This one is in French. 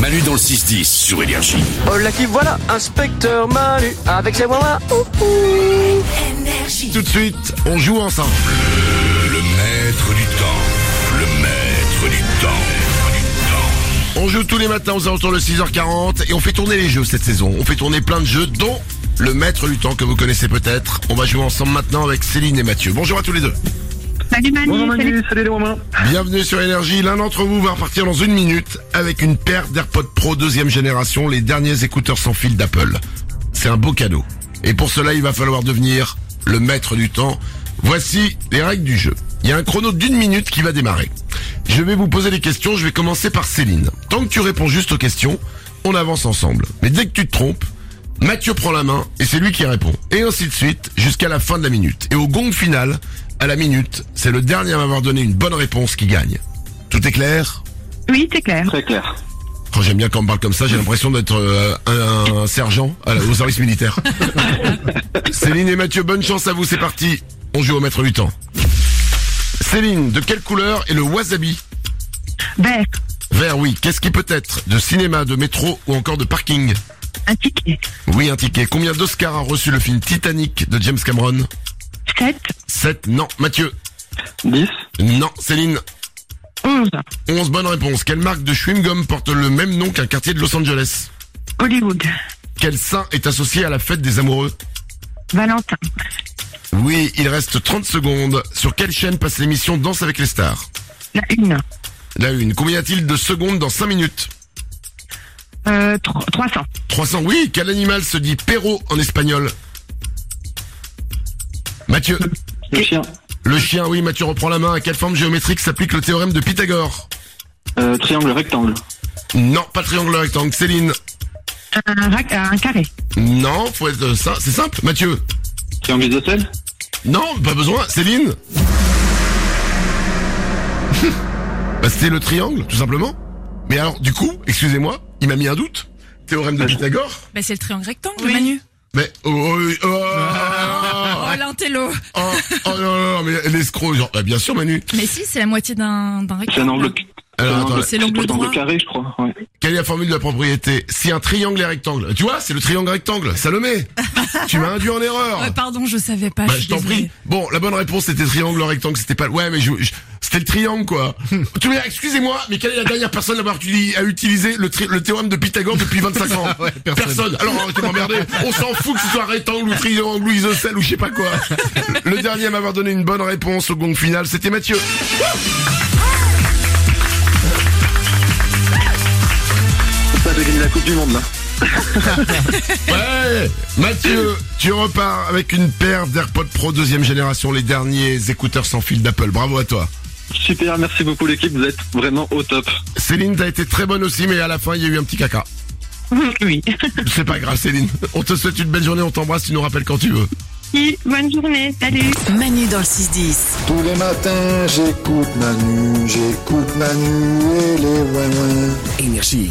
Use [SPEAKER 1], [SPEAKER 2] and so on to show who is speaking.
[SPEAKER 1] Manu dans le 6-10 sur Énergie.
[SPEAKER 2] Oh là qui voilà, inspecteur Manu, avec ses voilà.
[SPEAKER 3] Tout de suite, on joue ensemble.
[SPEAKER 1] Le maître du temps. Le maître du temps.
[SPEAKER 3] On joue tous les matins aux alentours de 6h40 et on fait tourner les jeux cette saison. On fait tourner plein de jeux dont le maître du temps que vous connaissez peut-être. On va jouer ensemble maintenant avec Céline et Mathieu. Bonjour à tous les deux.
[SPEAKER 4] Salut Manu,
[SPEAKER 5] Bonjour
[SPEAKER 4] salut.
[SPEAKER 5] Manu, salut les Romains.
[SPEAKER 3] Bienvenue sur Énergie. L'un d'entre vous va repartir dans une minute avec une paire d'AirPods Pro deuxième génération, les derniers écouteurs sans fil d'Apple. C'est un beau cadeau. Et pour cela, il va falloir devenir le maître du temps. Voici les règles du jeu. Il y a un chrono d'une minute qui va démarrer. Je vais vous poser des questions. Je vais commencer par Céline. Tant que tu réponds juste aux questions, on avance ensemble. Mais dès que tu te trompes, Mathieu prend la main et c'est lui qui répond. Et ainsi de suite jusqu'à la fin de la minute. Et au gong final, à la minute, c'est le dernier à m'avoir donné une bonne réponse qui gagne. Tout est clair
[SPEAKER 4] Oui, c'est clair.
[SPEAKER 5] Très clair.
[SPEAKER 3] Oh, J'aime bien quand on me parle comme ça, j'ai l'impression d'être euh, un, un sergent à la- au service militaire. Céline et Mathieu, bonne chance à vous, c'est parti. On joue au maître du temps. Céline, de quelle couleur est le wasabi
[SPEAKER 4] Vert,
[SPEAKER 3] Vert, oui. Qu'est-ce qui peut être De cinéma, de métro ou encore de parking
[SPEAKER 4] un ticket.
[SPEAKER 3] Oui, un ticket. Combien d'Oscars a reçu le film Titanic de James Cameron
[SPEAKER 4] 7,
[SPEAKER 3] 7, non. Mathieu
[SPEAKER 5] 10,
[SPEAKER 3] Non. Céline
[SPEAKER 4] 11,
[SPEAKER 3] 11 bonnes réponses. Quelle marque de chewing-gum porte le même nom qu'un quartier de Los Angeles
[SPEAKER 4] Hollywood,
[SPEAKER 3] Quel saint est associé à la fête des amoureux
[SPEAKER 4] Valentin,
[SPEAKER 3] Oui, il reste 30 secondes. Sur quelle chaîne passe l'émission Danse avec les stars
[SPEAKER 4] la 1,
[SPEAKER 3] La une. Combien y a-t-il de secondes dans 5 minutes
[SPEAKER 4] euh, tro- 300,
[SPEAKER 3] 300. Oui, quel animal se dit perro en espagnol Mathieu,
[SPEAKER 5] le chien,
[SPEAKER 3] le chien, oui, Mathieu reprend la main. À quelle forme géométrique s'applique le théorème de Pythagore
[SPEAKER 5] euh, triangle, rectangle,
[SPEAKER 3] Non, pas triangle rectangle. Céline,
[SPEAKER 4] un, rac- un carré,
[SPEAKER 3] non, faut être ça, c'est simple. Mathieu,
[SPEAKER 5] triangle isocèle,
[SPEAKER 3] Non, pas besoin. Céline bah, C'était le triangle, tout simplement. Mais alors, du coup, excusez-moi, il m'a mis un doute. Théorème de Pythagore
[SPEAKER 6] Bah, c'est le triangle rectangle, Manu.
[SPEAKER 3] Mais... Oh, oh, oh, oh,
[SPEAKER 6] Oh, l'intello.
[SPEAKER 3] oh, oh, non, non, non, mais l'escroc, genre... bah, bien sûr, Manu.
[SPEAKER 6] Mais si, c'est la moitié d'un d'un
[SPEAKER 5] c'est un
[SPEAKER 6] rectangle.
[SPEAKER 5] angle.
[SPEAKER 3] Alors,
[SPEAKER 5] un
[SPEAKER 3] attends,
[SPEAKER 5] angle-
[SPEAKER 6] c'est l'angle
[SPEAKER 5] un
[SPEAKER 6] droit.
[SPEAKER 5] angle carré, je crois. Ouais.
[SPEAKER 3] Quelle est la formule de la propriété Si un triangle est rectangle... Tu vois, c'est le triangle rectangle. Salomé, tu m'as induit en erreur.
[SPEAKER 6] Ouais, pardon, je savais pas.
[SPEAKER 3] Bah,
[SPEAKER 6] suis
[SPEAKER 3] je t'en
[SPEAKER 6] désolée.
[SPEAKER 3] prie. Bon, la bonne réponse c'était triangle, rectangle, c'était pas. Ouais, mais je, je- c'était le triangle quoi. tu veux dire, excusez-moi, mais quelle est la dernière personne à avoir utili- à utiliser le, tri- le théorème de Pythagore depuis 25 ans personne. Alors arrêtez de m'emmerder. On s'en fout que ce soit rectangle ou triangle ou isocèle ou je sais pas quoi. Le dernier à m'avoir donné une bonne réponse au gong final, c'était Mathieu.
[SPEAKER 5] Ça, j'ai gagné la Coupe du Monde, là.
[SPEAKER 3] Ouais, Mathieu, tu repars avec une paire d'AirPods Pro deuxième génération, les derniers écouteurs sans fil d'Apple. Bravo à toi.
[SPEAKER 5] Super, merci beaucoup l'équipe, vous êtes vraiment au top.
[SPEAKER 3] Céline, t'as été très bonne aussi, mais à la fin il y a eu un petit caca.
[SPEAKER 4] oui.
[SPEAKER 3] C'est pas grave Céline. On te souhaite une belle journée, on t'embrasse, tu nous rappelles quand tu veux.
[SPEAKER 4] Oui, Bonne journée, salut.
[SPEAKER 7] Manu dans le 6-10.
[SPEAKER 8] Tous les matins, j'écoute Manu, j'écoute Manu et les ouin-ouin.
[SPEAKER 7] Énergie.